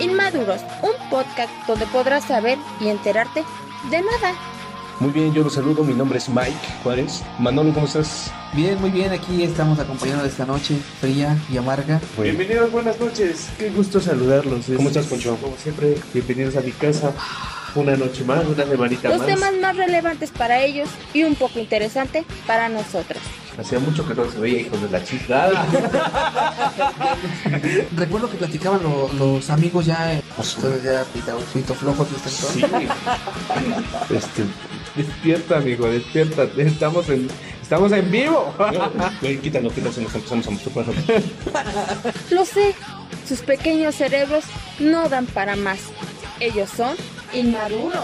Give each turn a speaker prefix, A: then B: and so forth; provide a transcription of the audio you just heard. A: Inmaduros, un podcast donde podrás saber y enterarte de nada.
B: Muy bien, yo los saludo. Mi nombre es Mike Juárez. Manolo, ¿cómo estás?
C: Bien, muy bien, aquí estamos acompañando esta noche fría y amarga.
D: Bienvenidos, buenas noches. Pues, Qué gusto saludarlos.
B: ¿Cómo estás, Poncho?
D: Como siempre, bienvenidos a mi casa. Una noche más, una semanita
A: Los
D: más.
A: temas más relevantes para ellos y un poco interesante para nosotros.
D: Hacía mucho que no se veía, hijos de la chingada.
C: Recuerdo que platicaban lo- los amigos ya, eh, ustedes ya pita- pito flojo, pito flojo.
D: Sí. Este, despierta, amigo, despierta. Estamos en, estamos en vivo.
B: Güey, quítalo, quítalo, se nos empezamos a masturbar.
A: Lo sé, sus pequeños cerebros Mm. no dan para más. Ellos son inmaduros.